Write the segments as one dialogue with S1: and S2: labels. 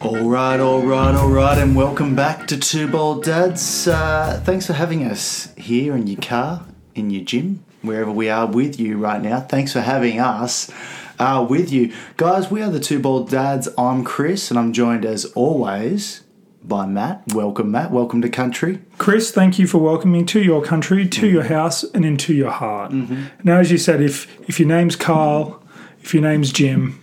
S1: All right, all right, all right, and welcome back to Two Bald Dads. Uh, thanks for having us here in your car, in your gym, wherever we are with you right now. Thanks for having us uh, with you. Guys, we are the Two Bald Dads. I'm Chris, and I'm joined as always by Matt. Welcome, Matt. Welcome to country.
S2: Chris, thank you for welcoming to your country, to
S1: Mm-hmm.
S2: your house, and into your heart. Now, as you said, if if your name's Carl, if your name's Jim,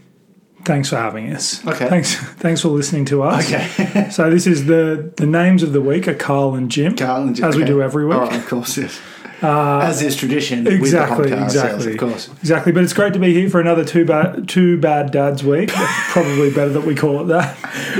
S2: thanks for having us.
S1: Okay.
S2: Thanks thanks for listening to us.
S1: Okay.
S2: so this is the the names of the week are Carl and Jim,
S1: Carl and Jim,
S2: as we
S1: okay.
S2: do every week. Uh,
S1: All right, of course, yes. as is tradition
S2: Exactly,
S1: with the podcast
S2: exactly.
S1: of course.
S2: Exactly, but it's great to be here for another two bad two bad dads week. Probably better that we call it that.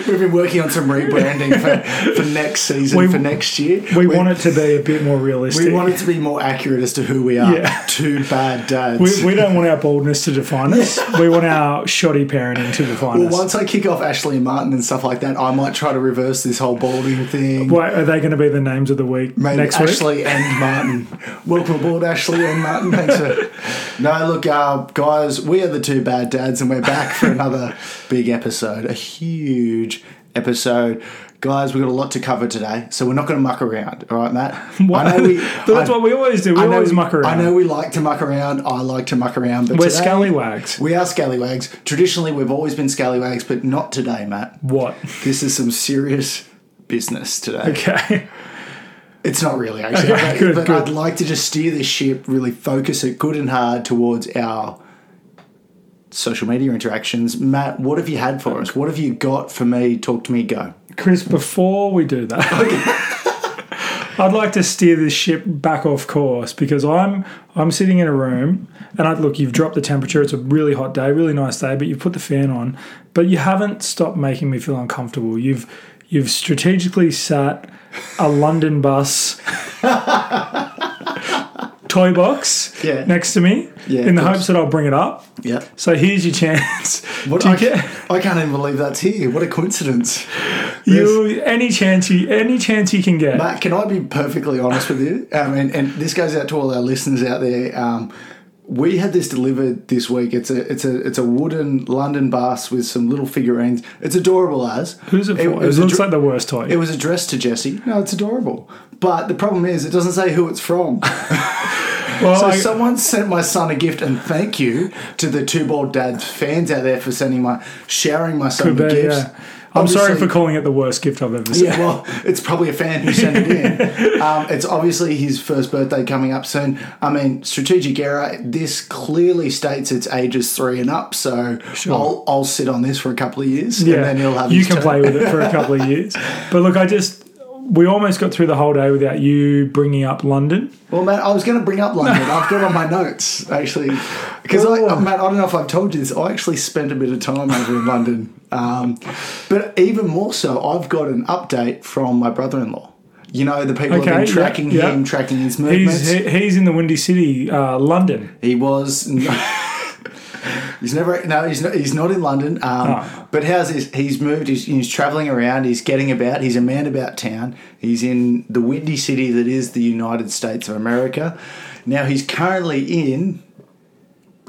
S1: We've been working on some rebranding for, for next season,
S2: We-
S1: for next year.
S2: We
S1: We're-
S2: want it to be a bit more realistic.
S1: We want it to be more accurate as to who we are.
S2: Yeah.
S1: Two bad dads.
S2: We, we don't want our baldness to define us. We want our shoddy parenting to define
S1: well,
S2: us.
S1: once I kick off Ashley and Martin and stuff like that, I might try to reverse this whole balding thing.
S2: Wait, are they going to be the names of the week
S1: Maybe
S2: next week?
S1: Ashley and Martin. Welcome aboard, Ashley and Martin. Thanks for. No, look, uh, guys, we are the two bad dads, and we're back for another big episode, a huge episode. Guys, we've got a lot to cover today, so we're not going to muck around. All right, Matt?
S2: What?
S1: I know we,
S2: But that's
S1: I-
S2: what we always do. We
S1: I know,
S2: always muck around.
S1: I know we like to muck around. I like to muck around. But
S2: We're
S1: today-
S2: scallywags.
S1: We are scallywags. Traditionally, we've always been scallywags, but not today, Matt.
S2: What?
S1: This is some serious business today.
S2: Okay.
S1: It's not really, actually.
S2: Okay,
S1: but-
S2: good,
S1: but
S2: good.
S1: I'd like to just steer this ship, really focus it good and hard towards our social media interactions. Matt, what have you had for us? What have you got for me? Talk to me, go.
S2: Chris, before we do that, I'd like to steer this ship back off course because I'm I'm sitting in a room and I look, you've dropped the temperature. It's a really hot day, really nice day, but you put the fan on, but you haven't stopped making me feel uncomfortable. You've you've strategically sat a London bus toy box
S1: Yeah.
S2: next to me
S1: Yeah,
S2: in the
S1: of course.
S2: hopes that I'll bring it up.
S1: Yeah.
S2: So here's your chance.
S1: What,
S2: Do
S1: I,
S2: you get-
S1: I can't even believe that's here. What a coincidence.
S2: you any chance you any chance you can get.
S1: Matt, can I be perfectly honest with you? Um, and, and this goes out to all our listeners out there. Um, we had this delivered this week. It's a it's a it's a wooden London bus with some little figurines. It's adorable as.
S2: Who's it for? It,
S1: was
S2: looks
S1: addre-
S2: like the worst toy.
S1: it was addressed to Jesse. No, it's adorable. But the problem is, it doesn't say who it's from.
S2: well,
S1: So
S2: I-
S1: someone sent my son a gift, and thank you to the two bald dads fans out there for sending my showering my son
S2: could
S1: with
S2: be,
S1: gifts.
S2: yeah. I'm sorry
S1: Obviously-
S2: for calling it the worst gift I've ever seen.
S1: yeah, well, it's probably a fan who sent it in. Um, it's obviously his first birthday coming up soon. I mean, strategic error. This clearly states it's ages three and up, so I'll, I'll sit on this for a couple of years,
S2: Yeah,
S1: and then he'll have.
S2: you
S1: his
S2: can
S1: turn.
S2: play with it for a couple of years. But look, I just we almost got through the whole day without you bringing up London.
S1: Well, Matt, I was going to bring up London. I've got it on my notes actually, because I,
S2: Oh.
S1: Matt, I don't know if I've told you this. I actually spent a bit of time over in London, um, but even more so, I've got an update from my brother-in-law. You know, the people have
S2: Okay,
S1: been
S2: yeah,
S1: tracking
S2: yeah.
S1: him, tracking his movements.
S2: He's he, he's in the windy city, uh, London.
S1: He was. he's never. No, he's not. He's not in London. Um, But how's this? He's moved. He's, he's traveling around. He's getting about. He's a man about town. He's in the windy city that is the United States of America. Now he's currently in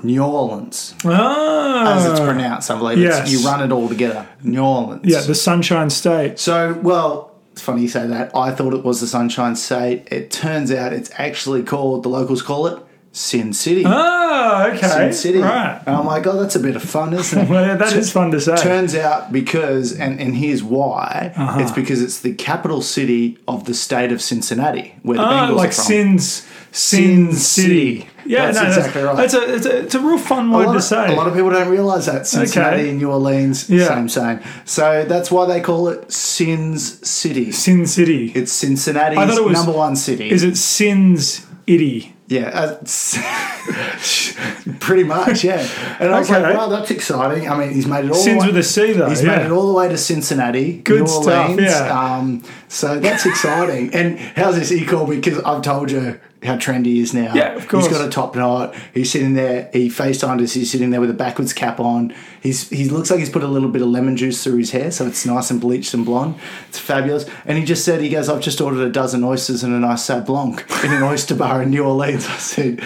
S1: New Orleans,
S2: Ah,
S1: as it's pronounced. I believe it's,
S2: yes.
S1: you run it all together. New Orleans.
S2: yeah, the Sunshine State.
S1: So, well, it's funny you say that. I thought it was the Sunshine State. It turns out it's actually called. The locals call it Sin City.
S2: Ah, okay,
S1: Sin City.
S2: right. Ah,
S1: And I'm like, oh, that's a bit of fun, isn't it?
S2: Well, yeah, that is fun to say.
S1: Turns out because, and, and here's why,
S2: Uh-huh.
S1: it's because it's the capital city of the state of Cincinnati, where the
S2: Ah,
S1: Bengals
S2: like
S1: are from.
S2: sins, sin,
S1: Sin
S2: city.
S1: City.
S2: Yeah,
S1: That's
S2: no,
S1: exactly right.
S2: That's a, it's a it's a real fun
S1: a
S2: word
S1: lot,
S2: to
S1: of,
S2: say.
S1: a lot of people don't realise that Cincinnati and New Orleans,
S2: Yeah.
S1: same same. So that's why they call it Sin's City.
S2: sin City.
S1: It's Cincinnati's
S2: I thought it was-
S1: number one city.
S2: Is it Sins Itty?
S1: Yeah, uh, s- pretty much. Yeah, and I was
S2: Okay.
S1: like, "Wow, that's exciting." I mean, he's made it all.
S2: Sins
S1: the way-
S2: with a C though.
S1: He's
S2: yeah.
S1: made it all the way to Cincinnati,
S2: Good
S1: New
S2: stuff,
S1: Orleans.
S2: yeah.
S1: Um, so that's exciting. and how's this e-call? Because I've told you how trendy he is now.
S2: Yeah, of course.
S1: He's got a top knot. He's sitting there. He FaceTimed us. He's sitting there with a backwards cap on. He's he looks like he's put a little bit of lemon juice through his hair, so it's nice and bleached and blonde. It's fabulous. And he just said, he goes, I've just ordered a dozen oysters and a nice sad blanc in an oyster bar in New Orleans. I said,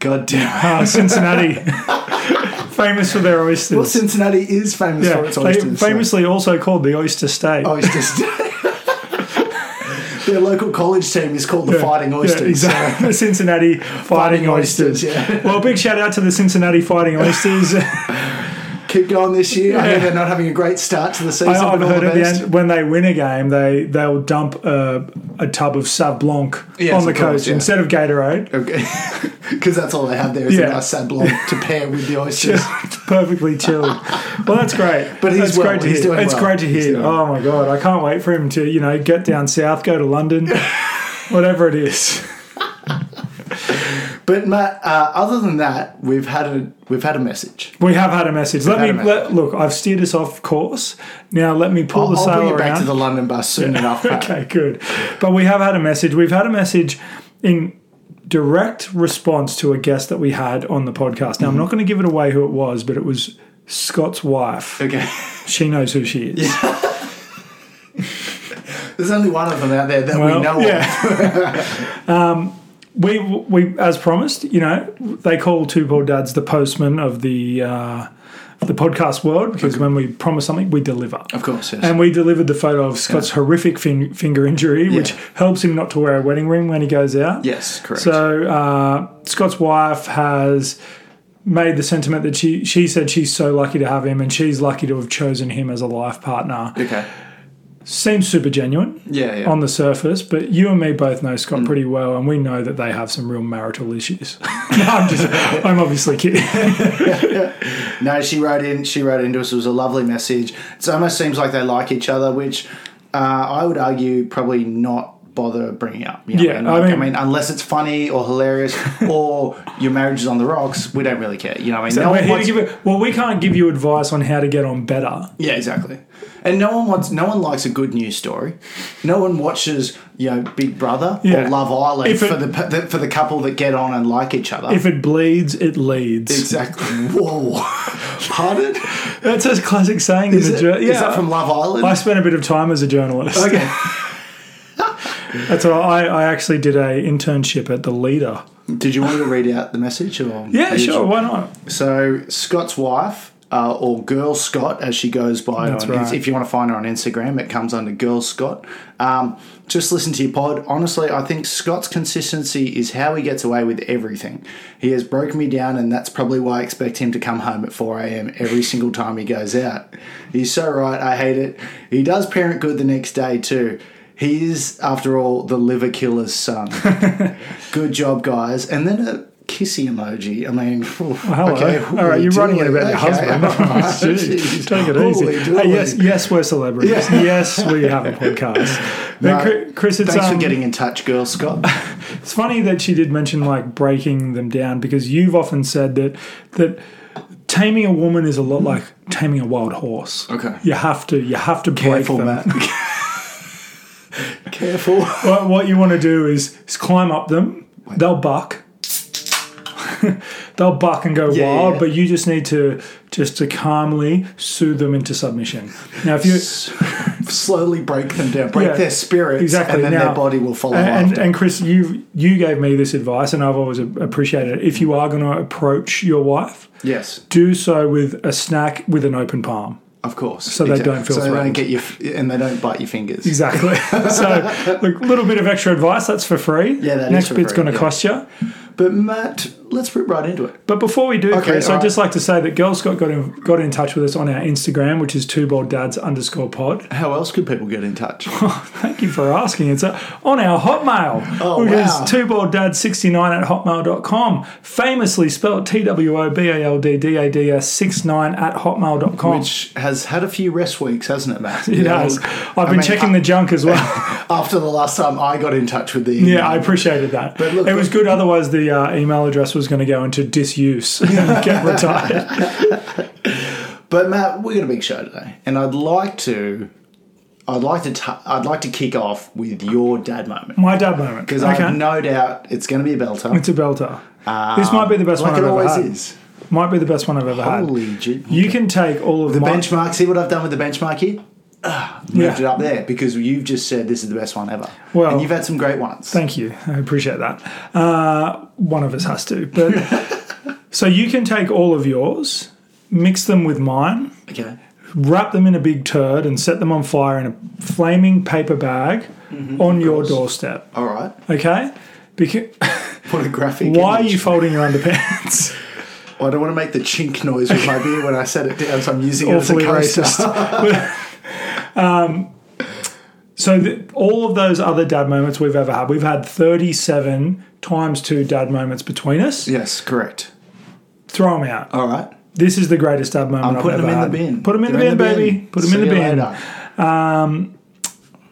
S1: God damn it.
S2: Ah, Cincinnati. famous for their oysters.
S1: Well, Cincinnati is famous
S2: yeah,
S1: for its
S2: they-
S1: oysters. Oh, so-
S2: famously also called the oyster state.
S1: oysters. Their local college team is called the Fighting
S2: Yeah,
S1: Oysters.
S2: exactly. Cincinnati Fighting,
S1: Fighting
S2: Oysters.
S1: Oysters, yeah.
S2: Well, big shout out to the Cincinnati Fighting Oysters. I,
S1: So keep going this year. I
S2: Yeah.
S1: hear they're not having a great start to the season.
S2: I've
S1: but all
S2: heard
S1: the
S2: at the
S1: best.
S2: end when they win a game, they they'll dump a, a tub of Sauv Blanc
S1: Yes,
S2: on the
S1: of course,
S2: coast
S1: yeah.
S2: instead of Gatorade.
S1: Because that's all they have there is
S2: Yeah.
S1: a nice sablon to pair with the oysters.
S2: perfectly chilled. Well, that's great.
S1: But he's
S2: that's
S1: well.
S2: great to
S1: He's
S2: hear.
S1: doing
S2: it's
S1: well.
S2: great to
S1: He's
S2: hear.
S1: doing
S2: Oh my god, I can't wait for him to you know get down south, go to London, whatever it is.
S1: But Matt, uh, other than that, we've had a we've had a message.
S2: We have had a message. Let
S1: had
S2: me
S1: a
S2: Let, look. I've steered us off course. Now let me pull
S1: I'll,
S2: the
S1: I'll
S2: sail
S1: bring you
S2: around.
S1: back to the London bus soon enough. Matt.
S2: okay, good. But we have had a message. We've had a message in direct response to a guest that we had on the podcast.
S1: Mm-hmm.
S2: Now I'm not going to give it away who it was, but it was Scott's wife.
S1: Okay.
S2: She knows who she is.
S1: There's only one of them out there that
S2: Well,
S1: we know of.
S2: yeah. um, we we as promised, you know, they call two poor dads the postman of the uh, of the podcast world because when we promise something, we deliver.
S1: Of course, yes.
S2: And we delivered the photo of Scott's horrific fin- finger injury, which
S1: Yeah.
S2: helps him not to wear a wedding ring when he goes out.
S1: yes, correct.
S2: So uh, Scott's wife has made the sentiment that she she said she's so lucky to have him, and she's lucky to have chosen him as a life partner.
S1: okay.
S2: Seems super genuine
S1: Yeah, Mm. yeah.
S2: on the surface, but you and me both know Scott pretty well, and we know that they have some real marital issues. no, I'm just, I'm obviously kidding.
S1: No, she wrote in. She wrote into us. It was a lovely message. It almost seems like they like each other, which uh, I would argue probably not bother bringing up. You know,
S2: Yeah,
S1: and
S2: I
S1: like, I, mean,
S2: mean-
S1: unless it's funny or hilarious or your marriage is on the rocks, we don't really care. You know, what I mean, no one
S2: We're here to
S1: wants,
S2: give it, well, we can't give you advice on how to get on better.
S1: yeah, exactly. And no one wants, no one likes a good news story. No one watches, you know, Big Brother
S2: Yeah.
S1: or Love Island
S2: If it-
S1: for the, pa- the for the couple that get on and like each other.
S2: If it bleeds, it leads.
S1: exactly. Whoa, pardon?
S2: That's a classic saying in
S1: Is,
S2: the
S1: it,
S2: jour-
S1: is
S2: Yeah,
S1: that from Love Island?
S2: I spent a bit of time as a journalist.
S1: okay.
S2: That's all. I, I actually did a internship at the Leader.
S1: Did you want me to read out the message? Or
S2: Yeah,
S1: Are you
S2: sure. Why not?
S1: So Scott's wife, uh, or Girl Scott, as she goes by, on,
S2: right.
S1: if you want to find her on Instagram, it comes under Girl Scott. Um, just listen to your pod. Honestly, I think Scott's consistency is how he gets away with everything. He has broken me down, and that's probably why I expect him to come home at 4 a.m. every single time he goes out. He's so right. I hate it. He does parent good the next day too. He is, after all, the liver killer's son. Good job, guys. And then a kissy emoji. I mean,
S2: Oh, Hello. All right, you're running it about your husband. Jeez, Take it easy. Hey, yes, yes, we're celebrities. Yes, we have a podcast. No, Chri- Chris, it's,
S1: Thanks
S2: um,
S1: for getting in touch, girl Scott.
S2: it's funny that she did mention like breaking them down because you've often said that that taming a woman is a lot like taming a wild horse.
S1: Okay.
S2: you have to you have to break
S1: Careful,
S2: them.
S1: Matt. Careful.
S2: What, what you want to do is, is climb up them. They'll buck. They'll buck and go
S1: Yeah, yeah,
S2: wild,
S1: yeah.
S2: but you just need to just to calmly soothe them into submission. Now, if you
S1: Slowly break them down. Break
S2: Yeah.
S1: their spirits,
S2: Exactly.
S1: and then
S2: Now-
S1: their body will follow
S2: and,
S1: after.
S2: and, and Chris, you you gave me this advice, and I've always a- appreciated it. If you are going to approach your wife,
S1: yes,
S2: do so with a snack with an open palm.
S1: of course.
S2: So they don't feel
S1: so they don't
S2: threatened.
S1: get your f- and they don't bite your fingers.
S2: Exactly. so, look, little bit of extra advice that's for free.
S1: Yeah, that is
S2: next
S1: for
S2: bit's
S1: free,
S2: going to
S1: yeah.
S2: cost you.
S1: But Matt, let's rip right into it.
S2: But before we do,
S1: Okay,
S2: Chris,
S1: all
S2: I'd just like to say that Girl Scott got in, got in touch with us on our Instagram, which is two bald dads underscore pod.
S1: How else could people get in touch?
S2: Thank you for asking. It's uh, on our Hotmail,
S1: Oh,
S2: which
S1: wow.
S2: is two bald dads 69 at hotmail.com, famously spelled T W O B A L D D A D S 69 at hotmail.com.
S1: which has had a few rest weeks, hasn't it, Matt?
S2: Oh. it has. I've been checking the junk as well.
S1: uh, after the last time I got in touch with the
S2: yeah, I appreciated that.
S1: But look-
S2: it was good. Otherwise, the uh, email address was going to go into disuse and get retired.
S1: But Matt, we got a big show today, and I'd like to, I'd like to, t- I'd like to kick off with your dad moment
S2: My dad moment.
S1: because I have no doubt it's going to be a belter.
S2: It's a belter. this might be the best
S1: Ah, like
S2: one
S1: it
S2: I've ever
S1: always
S2: had.
S1: is.
S2: Might be the best one I've ever had.
S1: Holy shit!
S2: You can take all of
S1: The
S2: my,
S1: benchmark. See what I've done with the benchmark here. Ah, Moved
S2: Yeah.
S1: it up there because you've just said this is the best one ever.
S2: Well-
S1: and you've had some great ones.
S2: Thank you. I appreciate that. Uh, one of us has to. But so you can take all of yours mix them with mine,
S1: Okay.
S2: wrap them in a big turd, and set them on fire in a flaming paper bag
S1: Mm-hmm.
S2: on your doorstep.
S1: All right.
S2: Okay? Because
S1: What a graphic.
S2: why are
S1: image.
S2: you folding your underpants?
S1: I don't want to make the chink noise with my beer when I set it down, so I'm using it as a
S2: Awfully
S1: coaster.
S2: racist. Um, So th all of those other dad moments we've ever had, we've had 37 times two dad moments between us.
S1: Yes, correct.
S2: Throw them out.
S1: All right.
S2: This is the greatest dad moment
S1: I'm
S2: have
S1: putting
S2: ever
S1: them in the
S2: had.
S1: bin.
S2: Put them in
S1: They're
S2: the bin, baby. Put them
S1: See
S2: in the
S1: you
S2: bin.
S1: later.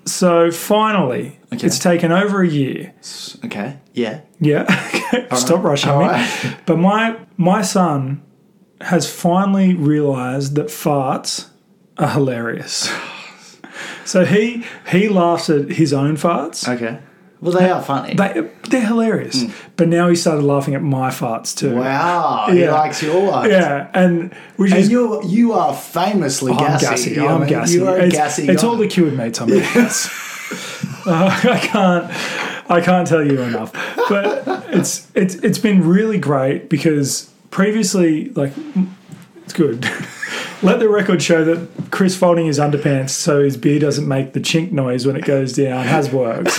S2: So finally,
S1: Okay.
S2: it's taken over a year.
S1: S- Okay. Yeah.
S2: Yeah. Okay. Stop rushing
S1: All
S2: me.
S1: right.
S2: But my my son has finally realized that farts are hilarious. So he he laughs at his own farts.
S1: Okay. Hmm. Well, they are funny.
S2: They, they're hilarious. But now he started laughing at my farts too.
S1: wow. He
S2: Yeah.
S1: likes your one.
S2: Yeah, and which
S1: And
S2: is
S1: you you are famously
S2: I'm
S1: gassy.
S2: gassy.
S1: You know
S2: I'm
S1: what I mean?
S2: gassy.
S1: You are a
S2: it's,
S1: gassy.
S2: it's
S1: guy.
S2: all the cured mates I'm with. Uh, I can't I can't tell you enough. But it's it's it's been really great because previously like it's good. Let the record show that Chris folding his underpants so his beer doesn't make the chink noise when it goes down has worked.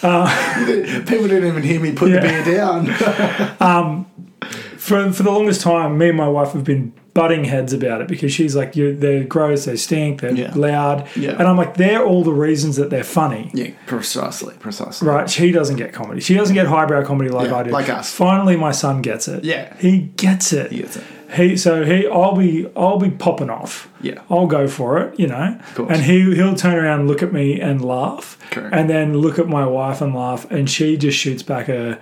S1: people didn't even hear me put
S2: Yeah.
S1: the beer down.
S2: for for the longest time, me and my wife have been butting heads about it because she's like, you they're gross, they stink, they're
S1: Yeah.
S2: loud,
S1: Yeah.
S2: and I'm like, they're all the reasons that they're funny.
S1: yeah, precisely, precisely.
S2: Right, she doesn't get comedy. She doesn't get highbrow comedy like
S1: Yeah,
S2: I do.
S1: like us.
S2: Finally, my son gets it.
S1: Yeah.
S2: he gets it.
S1: He gets it.
S2: He so he I'll be I'll be popping off.
S1: Yeah.
S2: I'll go for it. You know,
S1: course.
S2: and he he'll turn around, and look at me, and laugh,
S1: Correct.
S2: and then look at my wife and laugh, and she just shoots back a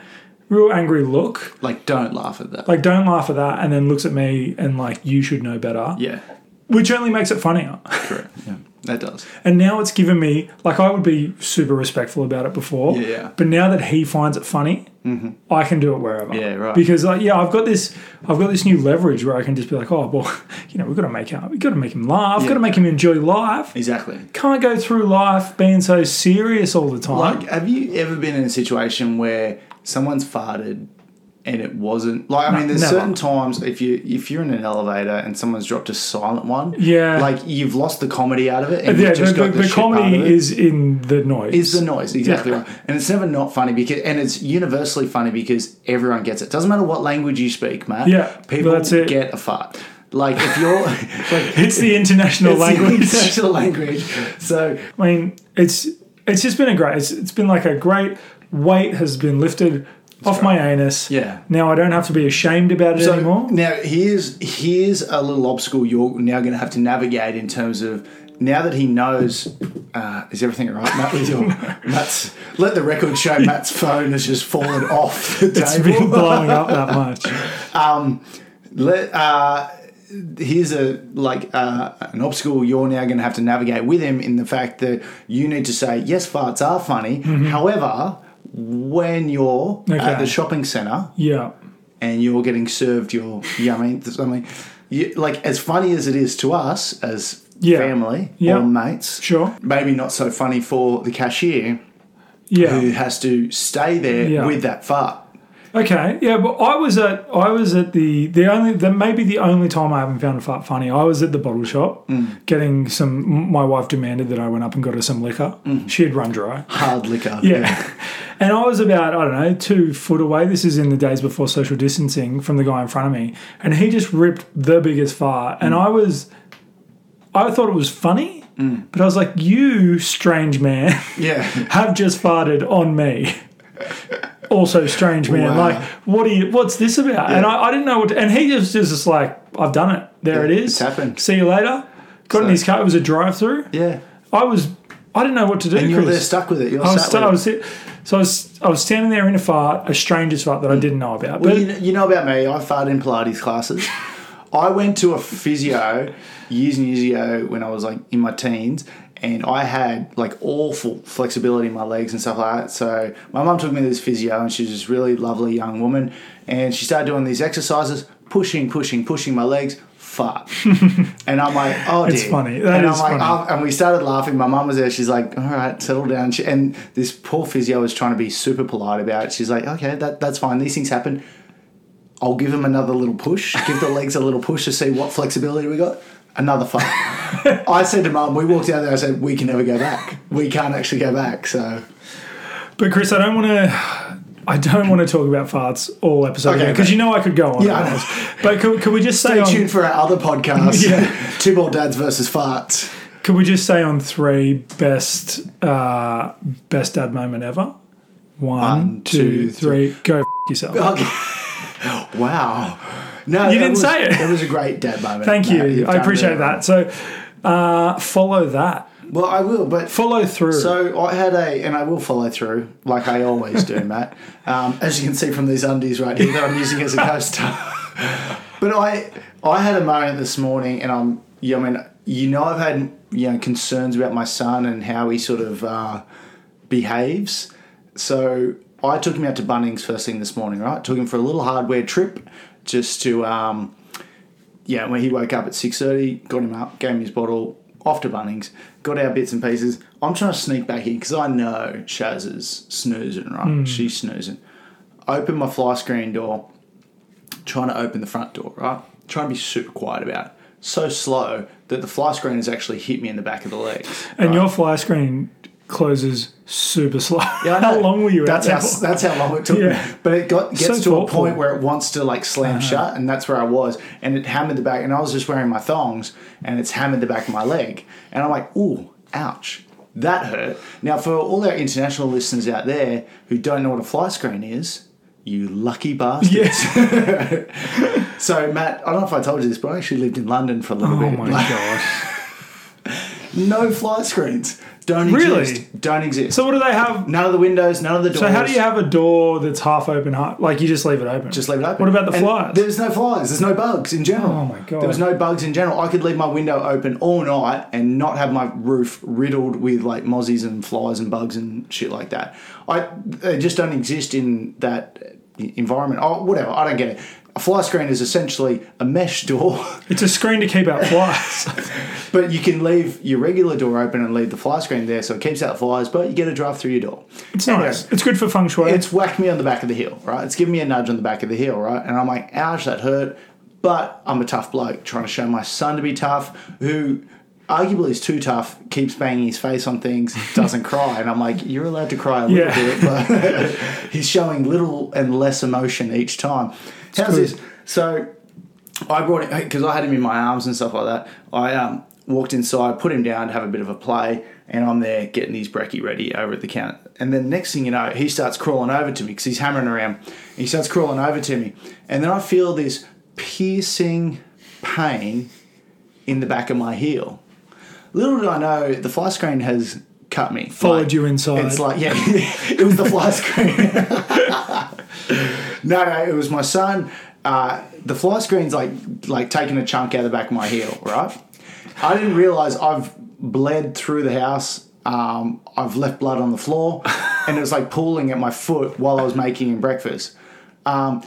S2: real angry look
S1: Like, don't laugh at that.
S2: like don't laugh at that and then looks at me and like you should know better
S1: yeah,
S2: which only makes it funnier
S1: correct. Yeah, that does.
S2: and now it's given me like i would be super respectful about it before
S1: Yeah, yeah.
S2: but now that he finds it funny i can do it wherever
S1: Yeah, right.
S2: because like yeah i've got this i've got this new leverage where i can just be like oh well you know we've got to make him we've got to make him laugh we've got to make him enjoy life
S1: Exactly.
S2: can't go through life being so serious all the time
S1: Like, have you ever been in a situation where someone's farted and it wasn't like? I mean, there's
S2: never.
S1: certain times if you if you're in an elevator and someone's dropped a silent one,
S2: Yeah.
S1: like you've lost the comedy out of it, and
S2: yeah,
S1: you've
S2: the,
S1: just
S2: the,
S1: got the,
S2: the
S1: shit part
S2: comedy
S1: of it.
S2: is in the noise.
S1: Is the noise exactly
S2: Yeah.
S1: right, and it's never not funny because, and it's universally funny because everyone gets it. Doesn't matter what language you speak, Matt.
S2: Yeah,
S1: people
S2: that's it.
S1: get a fart. Like if you're like
S2: it's the international
S1: it's the
S2: language.
S1: international language. So
S2: I mean, it's it's just been a great. It's, it's been like a great weight has been lifted off my anus.
S1: Yeah.
S2: Now I don't have to be ashamed about it
S1: So
S2: anymore.
S1: now here's here's a little obstacle you're now going to have to navigate in terms of now that he knows. Uh, is everything all right, Matt? With your Matt's, let the record show Matt's phone has just fallen off the
S2: It's been
S1: table.
S2: blowing up that much.
S1: Let, uh, here's a like uh, an obstacle you're now going to have to navigate with him in the fact that you need to say yes, farts are funny. However, when you're
S2: Mm-hmm. Okay.
S1: at the shopping centre,
S2: Yeah.
S1: and you're getting served your yummy something. You, like as funny as it is to us as
S2: Yeah.
S1: family
S2: Yeah.
S1: or mates,
S2: Sure.
S1: Maybe not so funny for the cashier who
S2: Yeah.
S1: has to stay there
S2: Yeah.
S1: with that fart.
S2: Okay. Yeah. But I was at I was at the the only the maybe the only time I haven't found a fart funny. I was at the bottle shop
S1: Mm.
S2: getting some. My wife demanded that I went up and got her some liquor.
S1: Mm.
S2: She had run dry.
S1: Hard liquor.
S2: Yeah. And I was about, I don't know, two foot away. This is in the days before social distancing from the guy in front of me. And he just ripped the biggest fart. And
S1: Mm.
S2: I was, I thought it was funny, but I was like, you strange man
S1: Yeah.
S2: have just farted on me. Also, strange man.
S1: Wow.
S2: Like, what are you? What's this about? And I, I didn't know what. To, and he just just was like, I've done it. There
S1: Yeah,
S2: it is.
S1: it's happened."
S2: See you later. Got in
S1: So-
S2: his car. It was a drive-through.
S1: Yeah.
S2: I was. I didn't know what to do.
S1: And you're
S2: Chris.
S1: there stuck with it. You're
S2: I was,
S1: sat
S2: sta- I
S1: with
S2: was sit- so I was, I was standing there in a fart, a stranger's fart that I didn't know about. But
S1: it. You know, you know about me. I fart in Pilates classes. I went to a physio years and years ago when I was like in my teens. And I had like awful flexibility in my legs and stuff like that. So my mum took me to this physio, and she's this really lovely young woman. And she started doing these exercises, pushing, pushing, pushing my legs. Fart. and I'm like, oh,
S2: It's
S1: dear.
S2: funny. That
S1: and
S2: is
S1: I'm like,
S2: funny.
S1: "Oh," and we started laughing. My mum was there. She's like, all right, settle down. She, and this poor physio was trying to be super polite about it. She's like, okay, that, that's fine. These things happen I'll give him another little push, give the legs a little push to see what flexibility we got. Another fuck. I said to mum, we walked out there, I said, we can never go back. We can't actually go back. So,
S2: But Chris, I don't want to. I don't want to talk about farts all episode
S1: Okay,
S2: because
S1: okay.
S2: you know I could go on.
S1: Yeah, I
S2: about
S1: know.
S2: this. But could, could we just say
S1: stay
S2: on,
S1: tuned for our other podcast
S2: Yeah.
S1: Two Ball Dads versus Farts.
S2: Could we just say on three best uh, best dad moment ever? One,
S1: One,
S2: two,
S1: two,
S2: three. Go f- yourself.
S1: Okay. wow. No, that
S2: You didn't
S1: was-
S2: say it.
S1: That was a great dad moment.
S2: Thank
S1: Matt.
S2: you.
S1: You've
S2: I
S1: done
S2: appreciate
S1: really well.
S2: that. So uh, follow that.
S1: Well, I will, but
S2: Follow through.
S1: So I had a, and I will follow through like I always do, Matt. Um, as you can see from these undies right here that I'm using as a coaster. but I, I had a moment this morning, and I'm, yeah, I mean, you know, I've had you know concerns about my son and how he sort of uh, behaves. So I took him out to Bunnings first thing this morning, right? Took him for a little hardware trip, just to. Um, yeah, when he woke up at six thirty, got him up, gave him his bottle, off to Bunnings, got our bits and pieces. I'm trying to sneak back in because I know Shaz is snoozing, right? She's snoozing. Open my fly screen door, trying to open the front door, right? Trying to be super quiet about it. So slow that the fly screen has actually hit me in the back of the legs.
S2: and
S1: right?
S2: your fly screen closes super slow.
S1: Yeah, I
S2: how
S1: know.
S2: long were you
S1: That's
S2: out
S1: how
S2: there for?
S1: that's how long it took. me.
S2: Yeah.
S1: But it got gets
S2: So
S1: to a
S2: thoughtful. Uh-huh.
S1: point where it wants to like slam shut, and that's where I was. And it hammered the back, and I was just wearing my thongs, and it's hammered the back of my leg, and I'm like, ooh, ouch, that hurt. Now, for all our international listeners out there who don't know what a fly screen is, you lucky bastards.
S2: Yes.
S1: So, Matt, I don't know if I told you this, but I actually lived in London for a little
S2: oh
S1: bit.
S2: my
S1: Like,
S2: gosh.
S1: No fly screens. Don't
S2: Really?
S1: exist. Don't exist.
S2: So what do they have?
S1: none of the windows, none of the doors.
S2: So how do you have a door that's half open? Half, like you just leave it open.
S1: Just leave it open.
S2: What about the
S1: And
S2: flies?
S1: There was no flies. There's no bugs in general.
S2: Oh my God.
S1: There was no bugs in general. I could leave my window open all night and not have my roof riddled with like mozzies and flies and bugs and shit like that. I they just don't exist in that environment. Oh, whatever. I don't get it. A fly screen is essentially a mesh door,
S2: It's a screen to keep out flies.
S1: but you can leave your regular door open and leave the fly screen there, so it keeps out flies. But you get a drive through your door.
S2: It's nice. It's good for feng shui.
S1: it's whacked me on the back of the heel, right? It's given me a nudge on the back of the heel, right? And I'm like, ouch, that hurt. But I'm a tough bloke trying to show my son to be tough, who arguably is too tough, keeps banging his face on things, doesn't cry. And I'm like, you're allowed to cry a little
S2: Yeah.
S1: bit, but he's showing little and less emotion each time. How's
S2: good.
S1: this? So I brought him because I had him in my arms and stuff like that. I um, walked inside, put him down to have a bit of a play, and I'm there getting his brekkie ready over at the counter. And then next thing you know, he starts crawling over to me because he's hammering around. He starts crawling over to me, and then I feel this piercing pain in the back of my heel. Little did I know, the fly screen has cut me.
S2: Followed you inside.
S1: It's like, yeah, it was the fly screen. no, no, it was my son. Uh, the fly screen's like like taking a chunk out of the back of my heel, right? I didn't realize I've bled through the house. Um, I've left blood on the floor, and it was like pooling at my foot while I was making him breakfast. Um,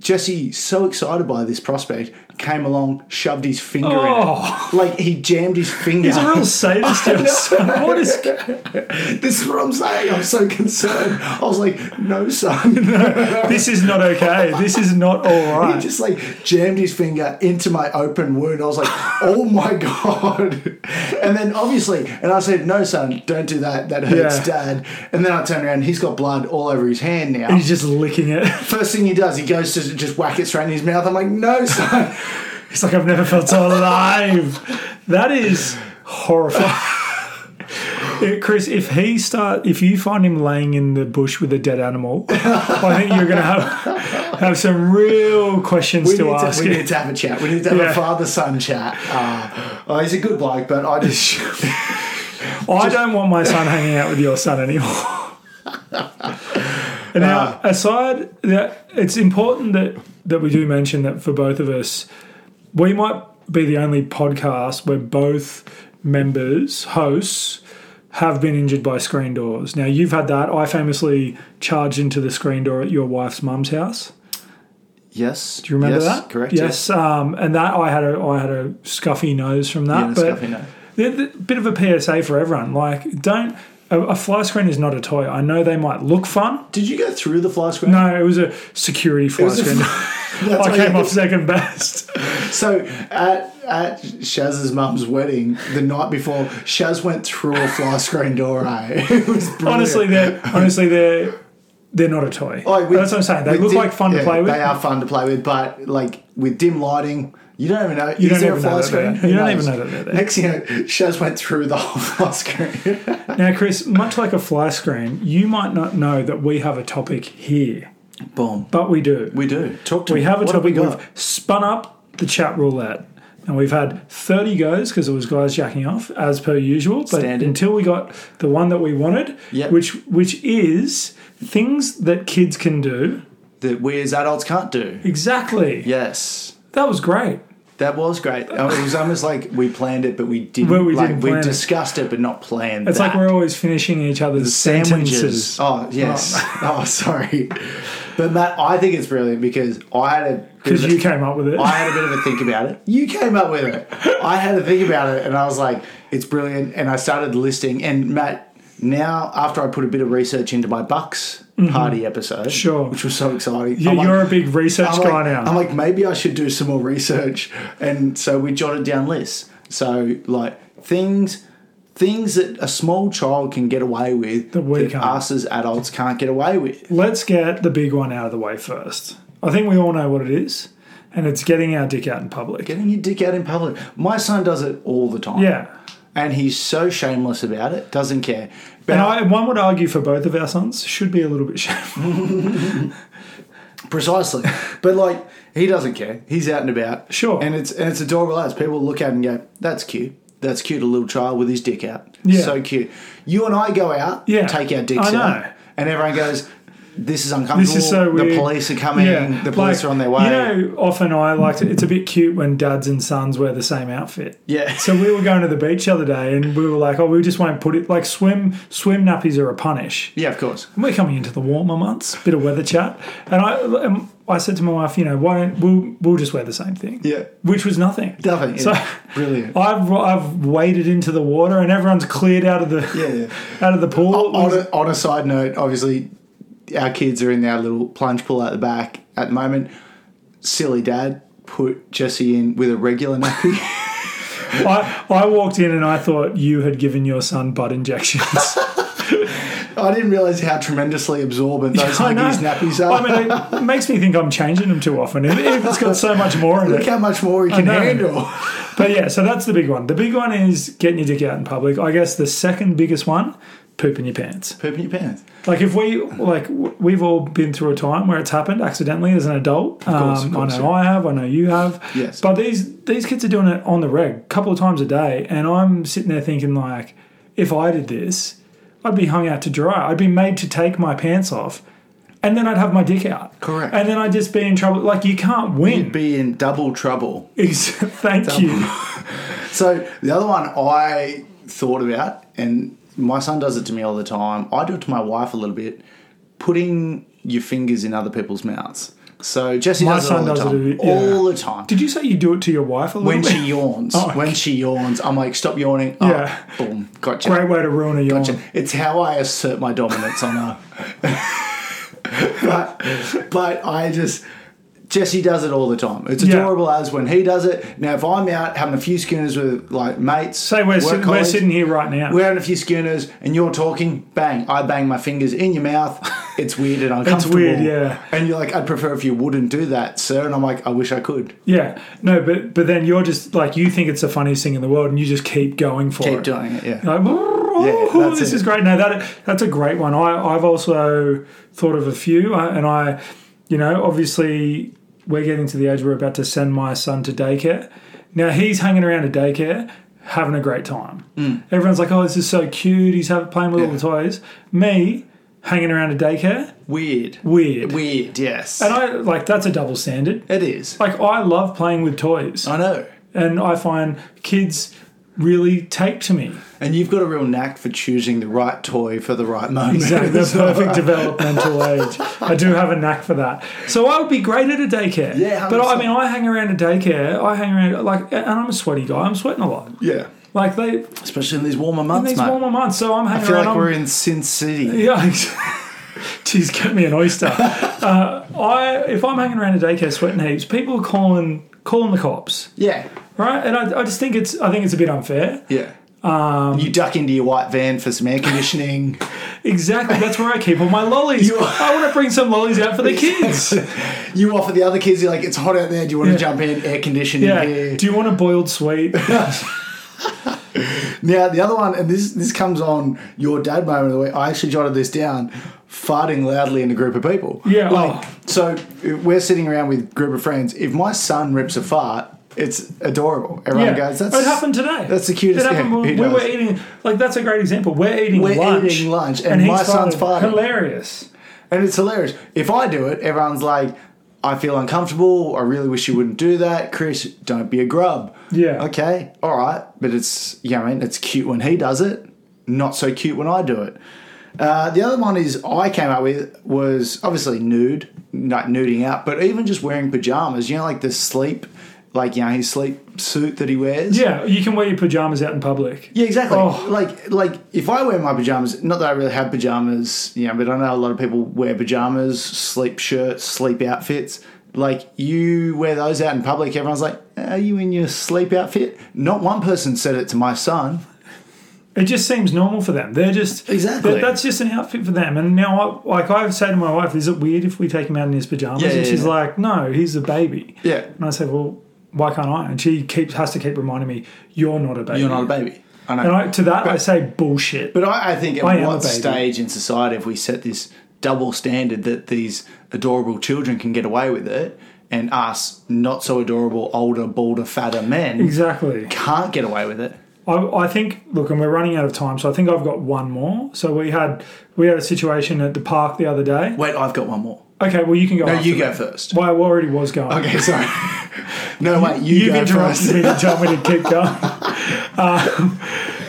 S1: Jesse, so excited by this prospect, came along, shoved his finger
S2: Oh.
S1: in it. Like he jammed his finger.
S2: He's a real sadist. your son. What is?
S1: this is what I'm saying. I'm so concerned. I was like, no, son.
S2: This is not okay. This is not all
S1: He
S2: right.
S1: just like jammed his finger into my open wound. I was like, oh my God. And then obviously, and I said, no, son, don't do that. That hurts
S2: Yeah.
S1: dad. And then I turned around, he's got blood all over his hand now.
S2: He's just licking it.
S1: First thing he does, he goes to just whack it straight in his mouth. I'm like, no, son.
S2: He's like, I've never felt so alive. That is horrifying. Yeah, Chris, if he start, if you find him laying in the bush with a dead animal, I think you're going to have have some real questions
S1: we
S2: to
S1: need
S2: ask.
S1: To, we
S2: him.
S1: need to have a chat. We need to have
S2: Yeah.
S1: a father son chat. Uh, oh, he's a good bloke, but I just
S2: I don't want my son hanging out with your son anymore. and now, aside that, it's important that that we do mention that for both of us, we might be the only podcast where both members, hosts, have been injured by screen doors. Now, you've had that. I famously charged into the screen door at your wife's mum's house.
S1: yes. Do
S2: Do you remember that?
S1: Correct.
S2: Yes. Um, and that I had a I had a scuffy nose from that.
S1: Yeah,
S2: but
S1: scuffy nose.
S2: the- the- bit of a PSA for everyone. Like, don't a, a fly screen is not a toy. I know they might look fun.
S1: Did you go through the fly screen?
S2: No, it was a security fly
S1: was a
S2: screen.
S1: That's
S2: I
S1: why you-
S2: came off second best.
S1: So at at Shaz's mum's wedding, the night before, Shaz went through a fly screen door. Eh? It was brilliant.
S2: honestly, they're honestly they're they're not a toy.
S1: Like, with-
S2: That's what I'm saying. They
S1: with
S2: look
S1: dim-
S2: like fun
S1: yeah,
S2: to play with.
S1: They are fun to play with, but like with dim lighting, you don't even know. You
S2: don't even know that they're there. You don't even know that they're there.
S1: Next thing you know, Shaz went through the whole fly screen.
S2: Now, Chris, much like a fly screen, you might not know that we have a topic here,
S1: Boom.
S2: but we do.
S1: We do talk to.
S2: We have a
S1: what
S2: topic.
S1: we
S2: We
S1: got?
S2: have spun up the chat roulette. And we've had 30 goes because it was guys jacking off as per usual. But
S1: Standard.
S2: until we got the one that we wanted,
S1: Yep.
S2: which which is things that kids can do.
S1: that we as adults can't do.
S2: Exactly.
S1: Yes.
S2: That was great.
S1: That was great. I mean, it was almost like we planned it, but we didn't.
S2: Well, we
S1: like,
S2: didn't
S1: we
S2: plan it.
S1: discussed it, but not planned.
S2: It's
S1: that.
S2: like we're always finishing each other's
S1: sandwiches.
S2: sentences.
S1: Oh yes. Oh, sorry. But Matt, I think it's brilliant because I had a bit
S2: Because
S1: of a-
S2: you came up with it.
S1: I had a bit of a think about it. You came up with it. I had a think about it, and I was like, "It's brilliant." And I started listing. And Matt, now after I put a bit of research into my Bucks party episode,
S2: Mm-hmm. Sure.
S1: which was so exciting.
S2: You-
S1: I'm like-
S2: You're a big research
S1: I'm
S2: guy
S1: like,
S2: now.
S1: I'm like, maybe I should do some more research. And so we jotted down lists. So like things things that a small child can get away with that,
S2: we can't.
S1: us as adults can't get away with.
S2: Let's get the big one out of the way first. I think we all know what it is, and it's getting our dick out in public.
S1: Getting your dick out in public. My son does it all the time.
S2: Yeah.
S1: And he's so shameless about it, doesn't care. But
S2: And I, one would argue for both of our sons should be a little bit shameful.
S1: precisely. but like he doesn't care. He's out and about.
S2: Sure.
S1: And it's and it's adorable as people look at it and go, That's cute. That's cute, a little child with his dick out.
S2: Yeah.
S1: So cute. You and I go out,
S2: Yeah.
S1: take our dicks
S2: I know.
S1: out. And everyone goes, This is uncomfortable.
S2: This is so weird.
S1: Oh, The police are coming,
S2: Yeah,
S1: the police
S2: like,
S1: are on their way.
S2: You know, often I like to, it's a bit cute when dads and sons wear the same outfit.
S1: yeah.
S2: So we were going to the beach the other day and we were like, oh, we just won't put it, like swim, swim nappies are a punish.
S1: yeah, of course.
S2: And we're coming into the warmer months, bit of weather chat. And I, and I said to my wife, you know, why don't, we'll, we'll just wear the same thing.
S1: Yeah.
S2: Which was nothing.
S1: Nothing. Yeah.
S2: So-
S1: Brilliant.
S2: I've I've waded into the water and everyone's cleared out of the
S1: Yeah,
S2: out of the pool.
S1: on, a, on a side note, obviously, our kids are in our little plunge pool at the back at the moment. Silly dad put Jesse in with a regular nappy.
S2: I, I walked in and I thought you had given your son butt injections.
S1: I didn't realize how tremendously absorbent those
S2: I know.
S1: huggies nappies are.
S2: I mean, it makes me think I'm changing them too often. It, it's got so much more in
S1: Look
S2: it.
S1: how much more we can
S2: know.
S1: handle.
S2: But yeah, so that's the big one. The big one is getting your dick out in public. I guess the second biggest one, pooping your pants.
S1: Poop in your pants.
S2: Like if we like w- we've all been through a time where it's happened accidentally as an adult.
S1: course,
S2: um,
S1: of course,
S2: I know I have. I know you have.
S1: Yes.
S2: But these these kids are doing it on the reg, a couple of times a day, and I'm sitting there thinking like, if I did this, I'd be hung out to dry. I'd be made to take my pants off, and then I'd have my dick out.
S1: Correct.
S2: And then I'd just be in trouble. Like you can't win.
S1: Be in double trouble.
S2: Ex- Thank you.
S1: So the other one I thought about, and my son does it to me all the time. I do it to my wife a little bit. Putting your fingers in other people's mouths. So Jesse
S2: My
S1: does it
S2: son
S1: all the
S2: does it
S1: time.
S2: a- yeah.
S1: All the time.
S2: Did you say you do it to your wife a little
S1: When
S2: bit?
S1: she yawns,
S2: Oh, okay.
S1: when she yawns, I'm like, stop yawning. Oh,
S2: Yeah.
S1: Boom. Gotcha.
S2: Great way to ruin a yawn.
S1: Gotcha. It's how I assert my dominance on her. but, but I just. Jesse does it all the time. It's
S2: Yeah.
S1: adorable as when he does it. Now, if I'm out having a few schooners with like mates,
S2: Say we're,
S1: work
S2: sit- we're
S1: colleagues,
S2: sitting here right now.
S1: we're having a few schooners, and you're talking, bang! I bang my fingers in your mouth. It's weird and uncomfortable.
S2: weird, yeah.
S1: And you're like, I'd prefer if you wouldn't do that, sir. And I'm like, I wish I could.
S2: Yeah, no, but but then you're just like you think it's the funniest thing in the world, and you just keep going for
S1: Keep
S2: it.
S1: doing it, yeah.
S2: Like, "Oh,
S1: Yeah, that's
S2: this is
S1: it.
S2: great. No, that that's a great one. I I've also thought of a few, uh, and I, you know, obviously we're getting to the age where we're about to send my son to daycare. Now he's hanging around at daycare. Having a great time.
S1: Mm.
S2: Everyone's like, "Oh, this is so cute." He's have, playing with all the toys. Me, hanging around at daycare,
S1: Weird.
S2: weird.
S1: Weird, yes.
S2: And I like that's a double standard.
S1: it is.
S2: Like I love playing with toys
S1: I know.
S2: and I find kids really take to me.
S1: And you've got a real knack for choosing the right toy for the right moment.
S2: Exactly, the perfect developmental age. I do have a knack for that. So I would be great at a daycare.
S1: Yeah,
S2: but I
S1: 100%.
S2: mean, I hang around a daycare. I hang around like, and I'm a sweaty guy. I'm sweating a lot.
S1: yeah.
S2: Like they
S1: especially in these warmer
S2: in
S1: months,
S2: these
S1: mate.
S2: warmer months, so I'm
S1: I
S2: hanging
S1: feel
S2: around.
S1: like
S2: I'm-
S1: we're in Sin City.
S2: Yeah. Jeez, get me an oyster. uh, I if I'm hanging around a daycare sweating heaps, people are calling calling the cops,
S1: Yeah,
S2: right? And I, I just think it's I think it's a bit unfair.
S1: yeah. Um, you duck into your white van for some air conditioning.
S2: Exactly. That's where I keep all my lollies. I want to bring some lollies out for the kids.
S1: you offer the other kids, you're like, it's hot out there. Do you want
S2: Yeah.
S1: to jump in? Air conditioning
S2: Yeah.
S1: here.
S2: Do you want a boiled sweet?
S1: Now the other one, and this this comes on your dad moment of the week. I actually jotted this down. Farting loudly in a group of people.
S2: Yeah,
S1: Like
S2: oh.
S1: so, if we're sitting around with a group of friends. If my son rips a fart, it's adorable. Everyone
S2: yeah.
S1: goes, "That's
S2: it happened today.
S1: that's the cutest
S2: It happened
S1: thing.
S2: when
S1: He
S2: we
S1: does.
S2: were eating. Like that's a great example. We're eating
S1: We're
S2: lunch.
S1: eating lunch and my son's farting.
S2: Hilarious.
S1: And it's hilarious. If I do it, everyone's like, I feel uncomfortable. I really wish you wouldn't do that. Chris, don't be a grub.
S2: Yeah.
S1: Okay. All right. But it's, you know, what I mean, it's cute when he does it, not so cute when I do it. Uh, the other one is I came up with was obviously nude, not nuding out, but even just wearing pajamas, you know, like the sleep, like, you know, his sleep suit that he wears.
S2: Yeah, you can wear your pajamas out in public.
S1: Yeah, exactly.
S2: Oh.
S1: Like, like if I wear my pajamas, not that I really have pajamas, you know, but I know a lot of people wear pajamas, sleep shirts, sleep outfits. Like, you wear those out in public, everyone's like, "Are you in your sleep outfit?" Not one person said it to my son.
S2: It just seems normal for them. They're just
S1: Exactly.
S2: that- that's just an outfit for them. And now, I, like I say to my wife, "Is it weird if we take him out in his pajamas?"
S1: Yeah,
S2: and
S1: yeah,
S2: she's
S1: yeah.
S2: like, "No, he's a baby."
S1: Yeah,
S2: And I said, "Well, why can't I?" And she keeps has to keep reminding me, "You're not a baby.
S1: you're not a baby. I know.
S2: And I, to that, I say bullshit.
S1: But I, I think at
S2: I am a
S1: what
S2: baby.
S1: stage in society have we set this double standard that these adorable children can get away with it, and us not so adorable, older, balder, fatter men
S2: exactly.
S1: can't get away with it?
S2: I, I think. Look, and we're running out of time, so I think I've got one more. So we had we had a situation at the park the other day.
S1: Wait, I've got one more.
S2: Okay, well you can go.
S1: No,
S2: after
S1: you
S2: me.
S1: go first.
S2: Well, I already was going.
S1: Okay, sorry. no, wait, you,
S2: You've
S1: go
S2: interrupted
S1: first.
S2: me to tell me to keep going. Um,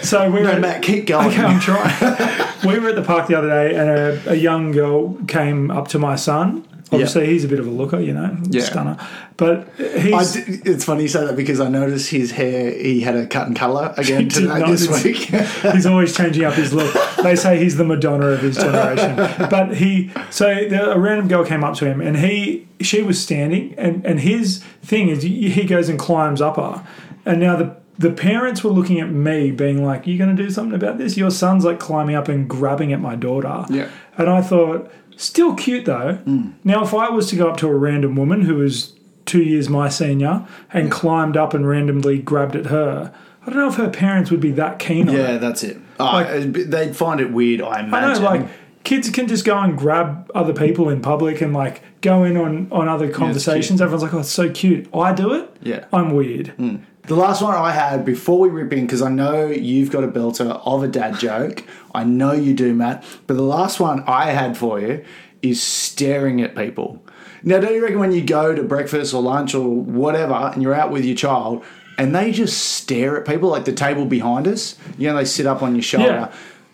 S2: so we were
S1: No, Matt, keep going.
S2: Okay, I'm trying. we were at the park the other day, and a, a young girl came up to my son. Obviously, he's a bit of a looker, you know,
S1: Yeah.
S2: stunner. But
S1: I
S2: he's
S1: d- it's funny you say that because I noticed his hair. He had a cut and colour again
S2: You did
S1: today this
S2: notice.
S1: week.
S2: he's always changing up his look. They say he's the Madonna of his generation. But he, so the, a random girl came up to him, and he, she was standing, and and his thing is he he goes and climbs up her, and now the. The parents were looking at me, being like, "You going to do something about this? Your son's like climbing up and grabbing at my daughter."
S1: Yeah.
S2: and I thought, still cute though.
S1: Hmm.
S2: Now, if I was to go up to a random woman who was two years my senior and climbed up and randomly grabbed at her, I don't know if her parents would be that keen on it.
S1: yeah, that's it. Oh, it'd be- they'd find it weird, I
S2: I
S1: imagine.
S2: know, like kids can just go and grab other people in public and like go in on on other conversations. Everyone's like, "Oh, it's so cute." I do it.
S1: Yeah. Hmm.
S2: I'm weird.
S1: the last one I had before we rip in, because I know you've got a belter of a dad joke. I know you do, Matt. But the last one I had for you is staring at people. Now, don't you reckon when you go to breakfast or lunch or whatever and you're out with your child and they just stare at people, like the table behind us, you know, they sit up on your shoulder
S2: Yeah.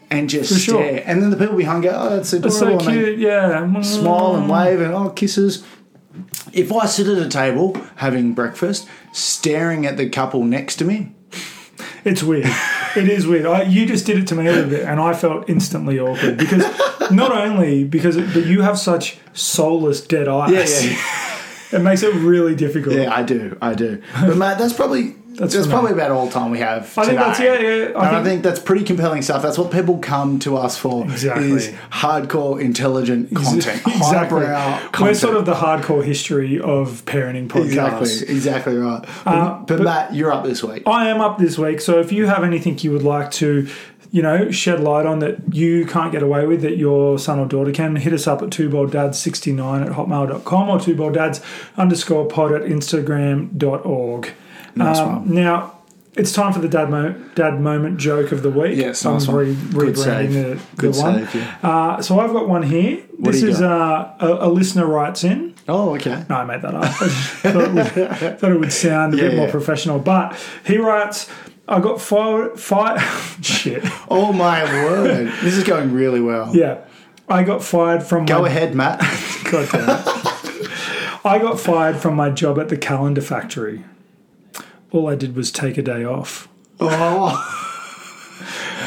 S1: and just
S2: sure.
S1: stare. And then the people behind go, oh, that's adorable.
S2: It's so
S1: and they
S2: cute. Yeah.
S1: smile and wave and oh kisses. If I sit at a table having breakfast, staring at the couple next to me,
S2: It's weird. It is weird. I, you just did it to me a little bit, and I felt instantly awkward because not only because it, but you have such soulless dead eyes. It makes it really difficult.
S1: yeah, I do, I do. But Matt, that's probably that's,
S2: phenomenal.
S1: probably about all the time we have.
S2: I think
S1: today.
S2: that's- yeah, yeah, I
S1: I and I
S2: think-
S1: think that's pretty compelling stuff. That's what people come to us for.
S2: Exactly.
S1: is hardcore, intelligent content, highbrow content.
S2: We're sort of the hardcore history of parenting podcasts.
S1: exactly, exactly right. But,
S2: Uh,
S1: but Matt, you're up this week.
S2: I am up this week, so if you have anything you would like to, you know, shed light on that you can't get away with that your son or daughter can, hit us up at twoballdads69 at hotmail.com or twoballdads underscore pod at instagram.org.
S1: Nice one.
S2: Um, Now, it's time for the dad, mo- dad moment joke of the week.
S1: Yes, nice
S2: I'm
S1: one.
S2: re-
S1: Good
S2: rebranding
S1: save.
S2: the, the
S1: Good
S2: one.
S1: save, yeah.
S2: uh, so I've got one here.
S1: do
S2: this
S1: you
S2: is uh, a, a listener writes in.
S1: Oh, okay.
S2: No, I made that up. I thought, it would, thought it would sound a bit
S1: Yeah,
S2: more
S1: yeah.
S2: professional. But he writes, I got fired. Fi- shit.
S1: Oh my word, this is going really well.
S2: Yeah. I got fired from
S1: Go
S2: my.
S1: ahead, Matt.
S2: God damn it. I got fired from my job at the calendar factory. All I did was take a day off.
S1: Oh,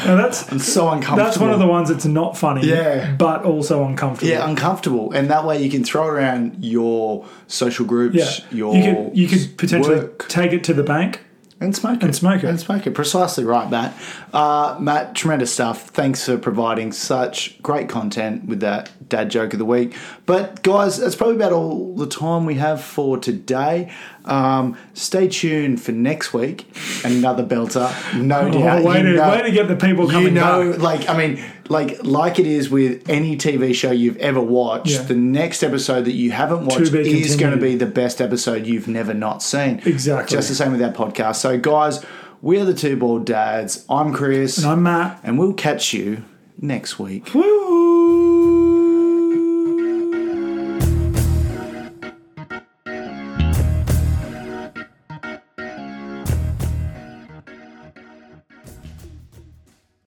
S2: Now that's
S1: I'm so uncomfortable.
S2: that's one of the ones that's not funny,
S1: Yeah.
S2: but also uncomfortable.
S1: yeah, uncomfortable, and that way you can throw it around your social groups,
S2: Yeah.
S1: your
S2: you could you could potentially
S1: work.
S2: take it to the bank.
S1: And smoke it.
S2: And smoke it.
S1: And smoke it. Precisely right, Matt. Uh, Matt, tremendous stuff. Thanks for providing such great content with that dad joke of the week. But, guys, that's probably about all the time we have for today. Um, stay tuned for next week. Another belter. No doubt.
S2: Oh, way,
S1: You
S2: to,
S1: know-
S2: way to get the people coming
S1: you know,
S2: back.
S1: like I mean, like like it is with any TV show you've ever watched.
S2: Yeah.
S1: The next episode that you haven't watched
S2: be
S1: is
S2: continued.
S1: going to be the best episode you've never not seen.
S2: Exactly.
S1: Just the same with our podcast. So, guys, we are the Two Bald Dads. I'm Chris,
S2: And I'm Matt.
S1: and we'll catch you next week.
S2: Woo!